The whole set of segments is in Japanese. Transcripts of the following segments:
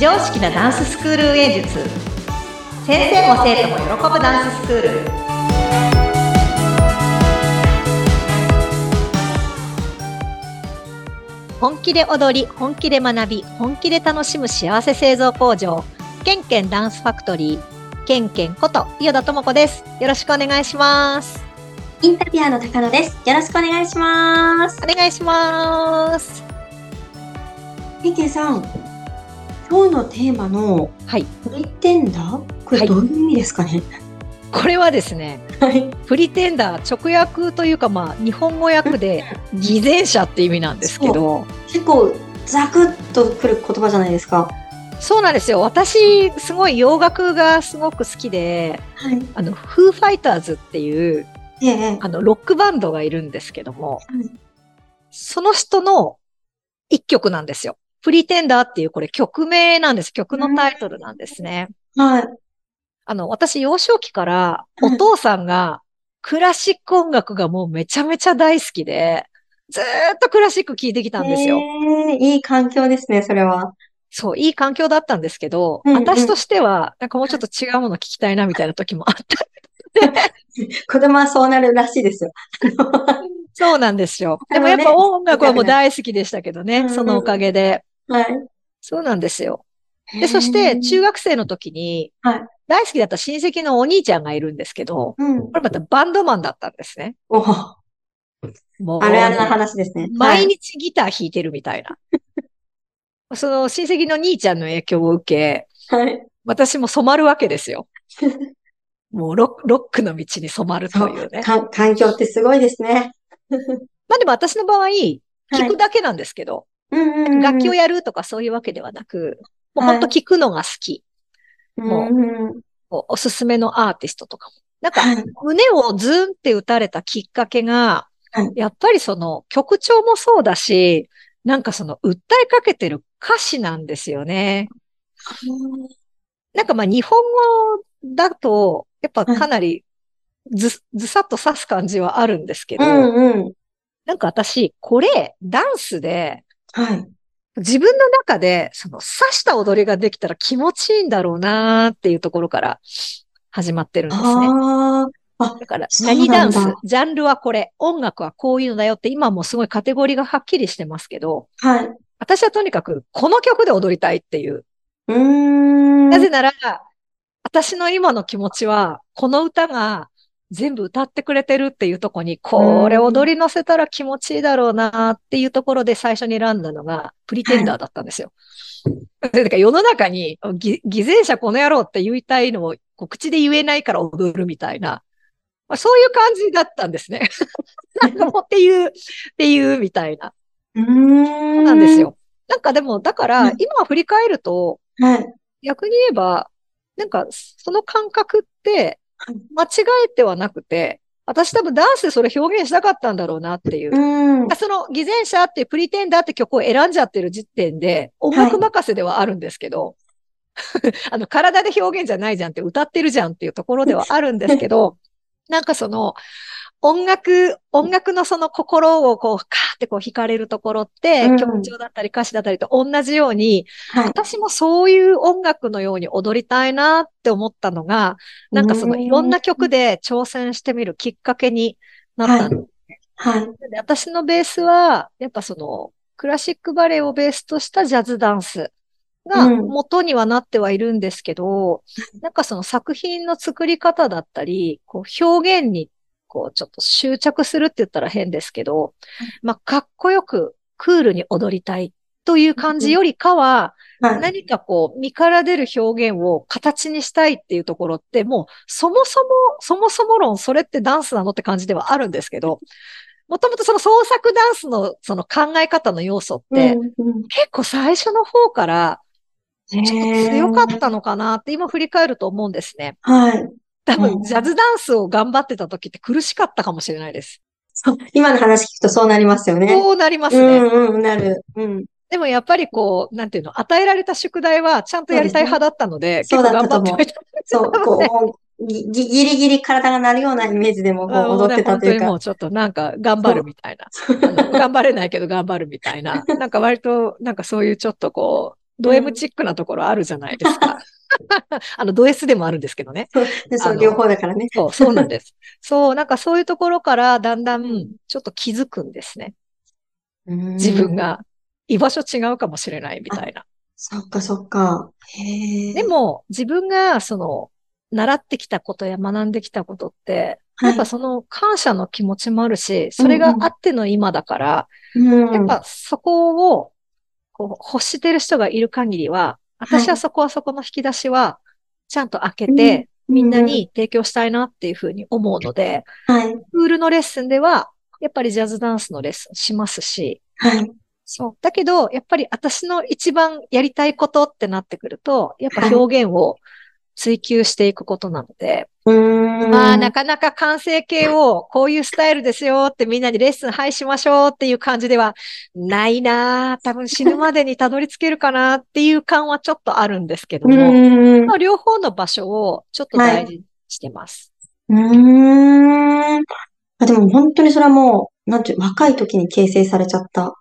常識なダンススクール運営術先生も生徒も喜ぶダンススクール本気で踊り本気で学び本気で楽しむ幸せ製造工場ケンケンダンスファクトリーケンケンこと伊予田智子ですよろしくお願いしますインタビュアーの高野です。よろしくお願いします。お願いしますけんけんさん、今日のテーマの、はい。プリテンダーこはれいどういう意味ですかねこれはですねはい。プリテンダー直訳というかまあ日本語訳 で偽善者って意味なんですけど結構、ザクッとくる言葉じゃないですか。そうなんですよ私すごい洋楽がすごく好きではい。あのフーファイターズっていうええ。あのロックバンドがいるんですけどもはいその人の一曲なんですよ。プリテンダーっていうこれ曲名なんです。曲のタイトルなんですね。はい。あの、私幼少期からおうん父さんがクラシック音楽がもうめちゃめちゃ大好きで、ずーっとクラシック聴いてきたんですよ。ええいい環境ですね、それは。そう、いい環境だったんですけど、うんうん私としては、なんかもうちょっと違うもの聞きたいなみたいな時もあった。子供はそうなるらしいですよ。そうなんですよ。でもなやるっほどねぱ音楽はもう大好きでしたけどうんね、うんそのおかげで。はい。そうなんですよ。で、そして中学生の時にはい、大好きだった親戚のお兄ちゃんがいるんですけど、うんこ。れまたバンドマンだったんですね。おあもう、るあるな話ですね。毎日ギター弾いてるみたいな。 その親戚の兄ちゃんの影響を受け、はい。はい。私も染まるわけです よ。もうロッロックの道に染まるというね。か環境ってすごいですね。まあでも私の場合、は聞いくだけなんですけど、うんうんうん楽器をやるとかそういうわけではなく、もうはい本当聞くのが好き。もうんうんうんこうおすすめのアーティストとかも。なんか、はい。胸をズンって打たれたきっかけがはい、やっぱりその曲調もそうだし、なんかその訴えかけてる歌詞なんですよね。なんかまあ日本語だと、やっぱかなりず、ずさっと刺す感じはあるんですけうど、んうん。なんか私、これ、ダンスで、はい。自分の中で、その、刺した踊りができたら気持ちいいんだろうなーっていうところから始まってるんですね。ああ、だから、そうな何んだダンス、ジャンルはこれ、音楽はこういうのだよって、今もうすごいカテゴリーがはっきりしてますけど、はい。私はとにかく、この曲で踊りたいっていう。うーん。なぜなら、私の今の気持ちは、この歌が全部歌ってくれてるっていうとこに、これ踊り乗せたら気持ちいいだろうなっていうところで最初に選んだのが、プリテンダーだったんですよ。だから世の中に、ぎ偽善者この野郎って言いたいのを、こう口で言えないから踊るみたいな、まあ、そういう感じだったんです ね。なんかもうっていう、っていうみたいな。うーん。なんです。よ。なんかでも、だかうらん、今振り返ると、はい。逆に言えば、なんか、その感覚ってはい、間違えてはなくて、私多分ダンスでそれ表現したかったんだろうなっていうう。ん。その、偽善者っていうプリテンダーって曲を選んじゃってる時点で、音楽任せではあるんですけど、 あの、体で表現じゃないじゃんって、歌ってるじゃんっていうところではあるんですけど、 なんかその、音楽、音楽のその心をこう、カーってこう惹かれるところって、うん曲調だったり歌詞だったりと同じように、はい。私もそういう音楽のように踊りたいなって思ったのが、なんかそのいろんな曲で挑戦してみるきっかけになったのはい。で、私のベースは、やっぱそのクラシックバレエをベースとしたジャズダンスがうん元にはなってはいるんですけど、なんかその作品の作り方だったり、こう表現にこうちょっと執着するって言ったら変ですけど、まあかっこよくクールに踊りたいという感じよりかは、はい。何かこう、身から出る表現を形にしたいっていうところって、もう、そもそも、そもそも論、それってダンスなのって感じではあるんですけど、もともとその創作ダンスのその考え方の要素って、うんうん結構最初の方から、ちょっと強かっへーたのかなって今振り返ると思うんですね。はい。多う分、んジャズダンスを頑張ってた時って苦しかったかもしれないです。そう今の話聞くとそうなりますよね。そうなりますうね。んうん、なる。うん。でもやっぱりこう、なんていうの、与えられた宿題はちゃんとやりたい派だったので、そうですね結構頑張ってはいたそう、 こう、ぎぎギリギリ体がなるようなイメージでもこうあの踊ってたといね本当うにもか。うちょっとなんか頑張るみ たいな。あの頑張れないけど頑張るみたいな。なんか割と、なんかそういうちょっとこド M チックなところあるじゃないです か。あの、ド S でもあるんですけどね。そう、 でそあうの両方だからね。 そう、そうなんです。そう、なんかそういうところからだんだんちょっと気づくんですね。自自分。が居場所違うかもしれないみたいな。そっかそっか。へえ。で、も自分がその習ってきたことや学んできたことって、はやいっぱその感謝の気持ちもあるし、それがあっての今だから、うん、やっぱそこをこう欲してる人がいる限りは、私はそこはそこの引き出しはちゃんと開けて、みみんな、に提供したいなっていうふうに思うので、はい、プールのレッスンでは、やっぱりジャズダンスのレッスンしますし、はい。そう。だけど、やっぱり私の一番やりたいことってなってくると、やっぱ表現を追求していくことなので、うーん。まあ、なかなか完成形をこういうスタイルですよってみんなにレッスン配しましょうっていう感じではないなぁ多分死ぬまでにたどり着けるかなっていう感はちょっとあるんですけどうも、ーん。まあ両方の場所をちょっと大事にしてます。うーん。あ、でも本当にそれはもう、なんていう、若い時に形成されちゃった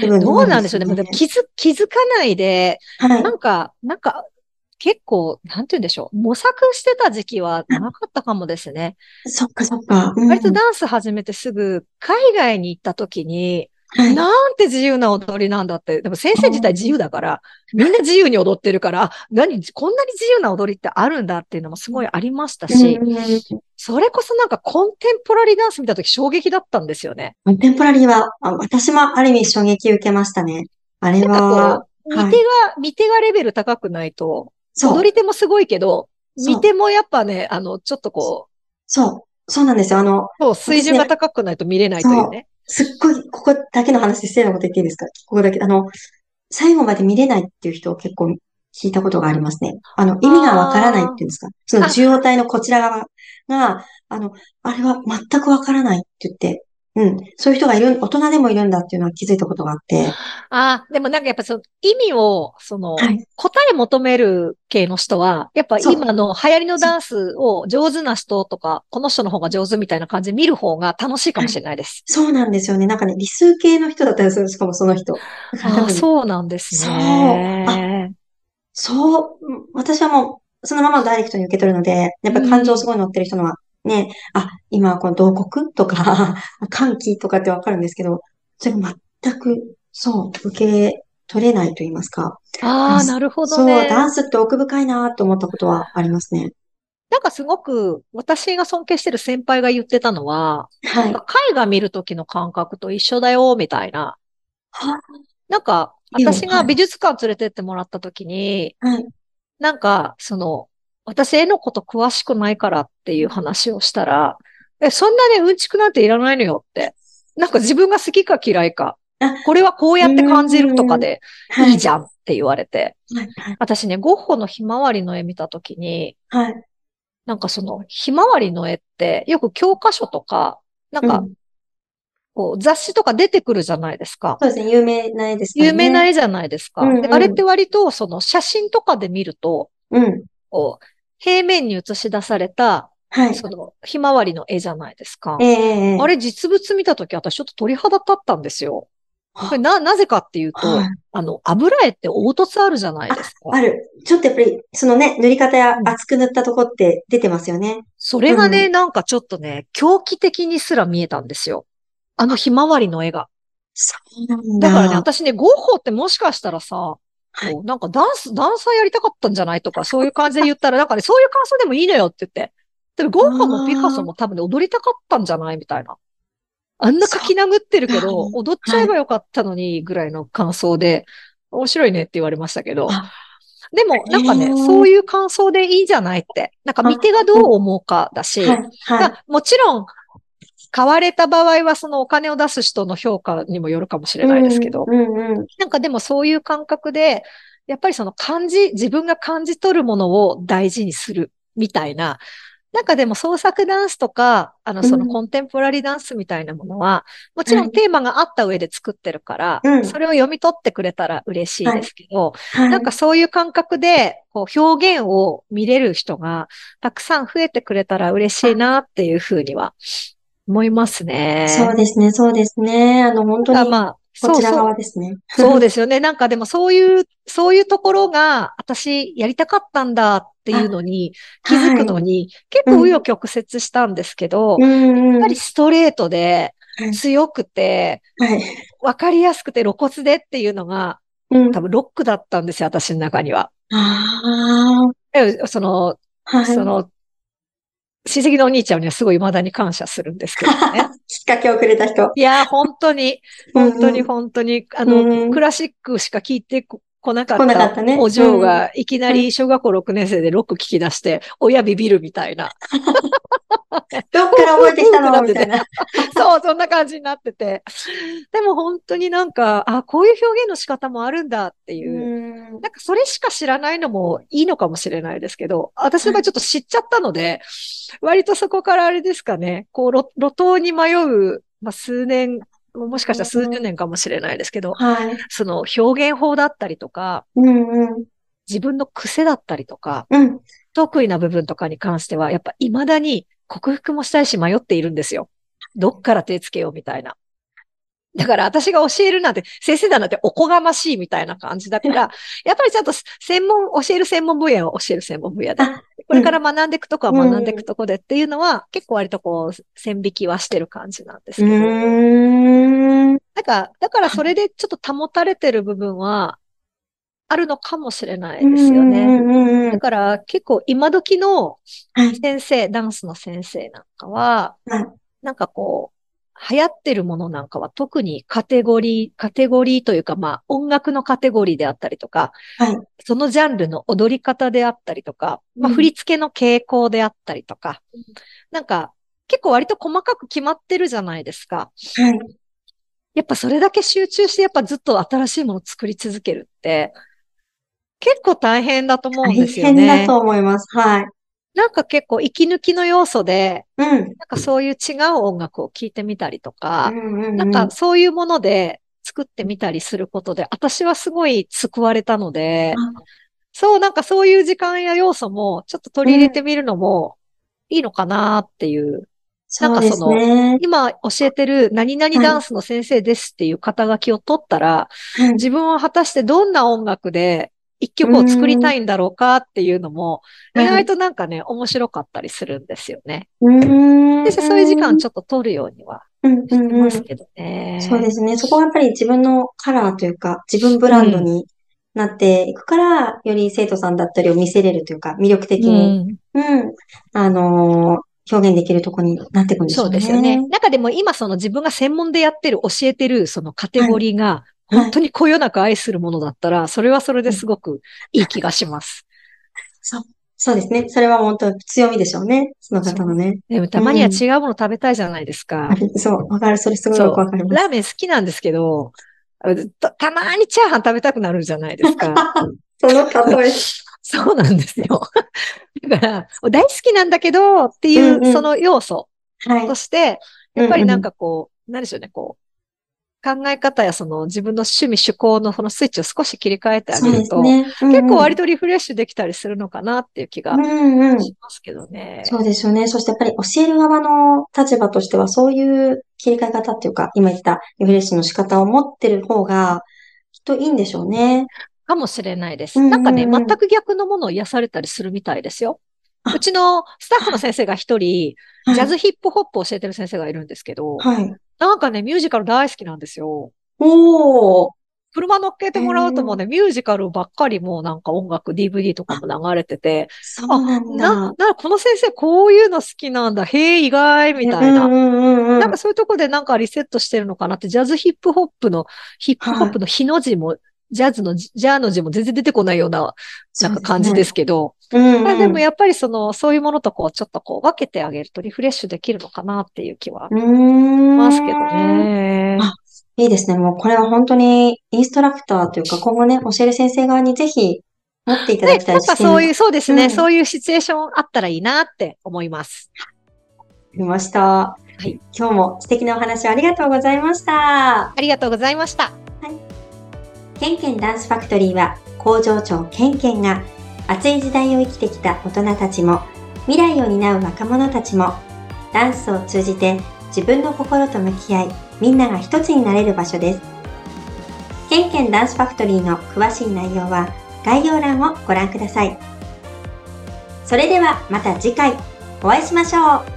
部分どうなんでしょうね。でも気づ、気づかないで、はい。なんか、なんか、結構、なんて言うんでしょう。模索してた時期はなかったかもですね。そっかそっか。うん割とダンス始めてすぐ、海外に行った時に、はい。 なんて自由な踊りなんだって。でも先生自体自由だから、みんな自由に踊ってるから、あ何、こんなに自由な踊りってあるんだっていうのもすごいありましたし、うんそれこそなんかコンテンポラリーダンス見た時衝撃だったんですよね。コンテンポラリーは、あ私もある意味衝撃受けましたね。あれなんは、かこう、見手が、見手がレベル高くないと、そう踊、り手もすごいけど、そう見手もやっぱね、あの、ちょっとこう、そう、そうなんですよ。あの、そう、水準が高くないと見れないというね。すっごい、ここだけの話で失礼なこと言っていいですかここだけ。あの、最後まで見れないっていう人を結構聞いたことがありますね。あの、意味がわからないっていうんですかそのあ受容体のこちら側が、あの、あれは全くわからないって言って、うん、そういう人がいる、大人でもいるんだっていうのは気づいたことがあって。ああ、でもなんかやっぱその意味を、その、はい。答え求める系の人は、やっぱそう今の流行りのダンスを上手な人とか、この人の方が上手みたいな感じで見る方が楽しいかもしれないです。そうなんですよね。なんかね、理数系の人だったりする、しかもその人。だから多ああ、分そうなんですそうね。そう、うん私はもう、そのままダイレクトに受け取るので、やっぱり感情すごい乗ってる人のは、ね、あ、今はこの同国とか、 歓喜とかってわかるんですけど、それが全く、そう、受け取れないと言いますか。あああ、なるほそどう、ね。ダンスって奥深いなと思ったことはありますね。なんかすごく私が尊敬してる先輩が言ってたのは、はい。絵画見る時の感覚と一緒だよ、みたいな。は、なんか、いいよ私が美術館連れてってもらった時に、はい。なんか、その、私絵のこと詳しくないからっていう話をしたら、え、そんなね、うんちくなんていらないのよって。なんか自分が好きか嫌いかあ。これはこうやって感じるとかではいいじゃんって言われて。い。はい。はい。私ね、ゴッホのひまわりの絵見たときに、はい。なんかそのひまわりの絵ってよく教科書とか、なんうかんこう雑誌とか出てくるじゃないですか。そうですね、有名な絵ですからね。有名な絵じゃないですか。うんうでんあれって割とその写真とかで見ると、うん。こう平面に映し出されたはい。その、ひまわりの絵じゃないですかえ。えええあれ、実物見たとき、私ちょっと鳥肌立ったんですよ。あこれな、なぜかっていうと、はいあの、油絵って凹凸あるじゃないですか。ある。ちょっとやっぱり、そのね、塗り方やうん厚く塗ったとこって出てますよね。それがね、うなんかちょっとね、狂気的にすら見えたんですよ。あのひまわりの絵が。そうなんだからね、だ。私ね、ゴッホってもしかしたらさ、はいこうなんかダンス、ダンサーやりたかったんじゃないとか、そういう感じで言ったら、なんかね、そういう感想でもいいのよって言って。でも、ゴッホもピカソも多分ね、踊りたかったんじゃないみたいな。あんな書き殴ってるけどそ、う踊っちゃえばよかったのに、ぐらいの感想で、面白いねって言われましたけどあ。でも、なんかへね、ーそういう感想でいいじゃないって。なんか見手がどう思うかだし、はい。はい。まあもちろん、買われた場合はそのお金を出す人の評価にもよるかもしれないですけど、うんうんうん。なんかでもそういう感覚で、やっぱりその感じ、自分が感じ取るものを大事にするみたいな、なんかでも創作ダンスとか、あのうんそのコンテンポラリーダンスみたいなものは、もちろはんいテーマがあった上で作ってるから、うんそれを読み取ってくれたら嬉しいですけど、 はい。なんかそういう感覚で、こう表現を見れる人がたくさん増えてくれたら嬉しいなっていうふうには思いますね。そうですね、そうですね。あの、本当あに。まあ、こそうちらそう。側ですね。そうですよね。なんかでもそういう、そういうところが、私やりたかったんだっていうのに気づくのに、結構紆余曲折したんですけど、うんうやん。っぱはりストレートではい強くて、い。わかりやすくて露骨でっていうのが、うん。多分ロックだったんですよ、私の中には。あえその、あ、はい。その、親戚のお兄ちゃんにはすごい未だに感謝するんですけど ね。きっかけをくれた人。いやー、本当に、本当にうんうん本当に、あうんの、クラシックしか聞いてこ来なか来っなかったたねお嬢がいきなり小学校6年生でロック聞き出して、親ビビるみたい な。どっから覚えてきたうんうのんみたいな。そう、そんな感じになってて。でも本当になんか、あ、こういう表現の仕方もあるんだっていうう。ん。なんかそれしか知らないのもいいのかもしれないですけど、私の場合ちょっと知っちゃったので、割とそこからあれですかね、こう路、路頭に迷う、まあ、数年、もしかしたら数十年かもしれないですけど、はい。その表現法だったりとか、うんうん。自分の癖だったりとか、うん。得意な部分とかに関しては、やっぱ未だに克服もしたいし迷っているんですよ。どっから手つけようみたいな。だから私が教えるなんて、先生だなんておこがましいみたいな感じだ から、やっぱりちゃんと専門、教える専門分野を教える専門分野であ、これから学んでいくとこはうん学んでいくとこでっていうのは、結構割とこう、線引きはしてる感じなんですうけど。ーん。なんか、だからそれでちょっと保たれてる部分はあるのかもしれないですようね。んうんうんうだん。から結構今時のはい。先生、ダンスの先生なんかは、はいなんかこう、流行ってるものなんかは特にカテゴリー、カテゴリーというかまあ音楽のカテゴリーであったりとか、はいそのジャンルの踊り方であったりとか、まあ、うん振り付けの傾向であったりとか、なんか結構割と細かく決まってるじゃないですか。はい。やっぱそれだけ集中して、やっぱずっと新しいものを作り続けるって、結構大変だと思うん大ですよ変だね。と思います。はい。なんか結構息抜きの要素で、うん。なんかそういう違う音楽を聴いてみたりとうか、んうんなうんん。かそういうもので作ってみたりすることで、私はすごい救われたので、あそう、なんかそういう時間や要素もちょっと取り入れてみるのもいいのかなっていう。そなうんかでそすのね。今教えてる何々ダンスの先生ですっていう肩書きを取ったら、はい。自分は果たしてどんな音楽で一曲を作りたいんだろうかっていうのも、うん意外となんかね、面白かったりするんですよね。うーん。で、そういう時間ちょっと取るようにはうんしうてんうまん。すけどね。そうですね。そこはやっぱり自分のカラーというか、自分ブランドになっていくから、より生徒さんだったりを見せれるというか、魅力的に、うんうん、あのー表現できるとこになっていくんでしょそううね。ですよね。なんかでも今その自分が専門でやってる、教えてるそのカテゴリーが、はい本当にこよなく愛するものだったら、それはそれですごくいい気がします。そう、そうですね。それは本当に強みでしょうね。その方のね。でもたまには違うもの食べたいじゃないですかあ。れそう、わかる。それすごいそうよくわかりまラす。ーメン好きなんですけど、たたまにチャーハン食べたくなるじゃないですか。 その例え。そうなんですよ。だから、大好きなんだけどっていうんうう、んその要素はいと。して、ややっぱりなん、かこう、なんでしょうね、こう、考え方やその自分の趣味、趣向のそのスイッチを少し切り替えてあそうげでるすと、ね。結構割割とリフレッシュできたりするのかなっていう気がうんうん。しますけどね。そうですよね。そしてやっぱり教える側の立場としては、そういう切り替え方っていうか、今言ったリフレッシュの仕方を持ってる方が、きっといいんでしょうね。かもしれないです。うんうんうんなんかね、全く逆のものを癒されたりするみたいですよあ。うちのスタッフの先生が一人、はいジャズヒップホップを教えてる先生がいるんですけど、はい。なんかね、ミュージカル大好きなんですよ。おー。車乗っけてもらうともうね、ミュージカルばっかりもうなんか音楽、DVD とかも流れてて、そうあ、なんなだ。、な、この先生こういうの好きなんだ。へえ、意外、みたいな。うんうんうんうなんんか。そういうとこでなんかリセットしてるのかなって、ジャズヒップホップの、ヒップホップの日の字も、ジャズのジジャーの字も全然出てこないような、なんか感じですけど。そうですね。まあうんでもやっぱりその、そういうものとこう、ちょっとこう分けてあげるとリフレッシュできるのかなっていう気はしうん。ますけどうーね。ん。あいいですね。もうこれは本当にインストラクターというか、今後ね、教える先生側にぜひ持っていただねき、たないんか視そうい点がう、そうですね、うんそういうシチュエーションあったらいいなって思います。。ありました。はい今日も素敵なお話をありがとうございました。ありがとうございました。ケンケンダンスファクトリーは工場長ケンケンが熱い時代を生きてきた大人たちも未来を担う若者たちもダンスを通じて自分の心と向き合いみんなが一つになれる場所ですケンケンダンスファクトリーの詳しい内容は概要欄をご覧ください。それではまた次回お会いしましょう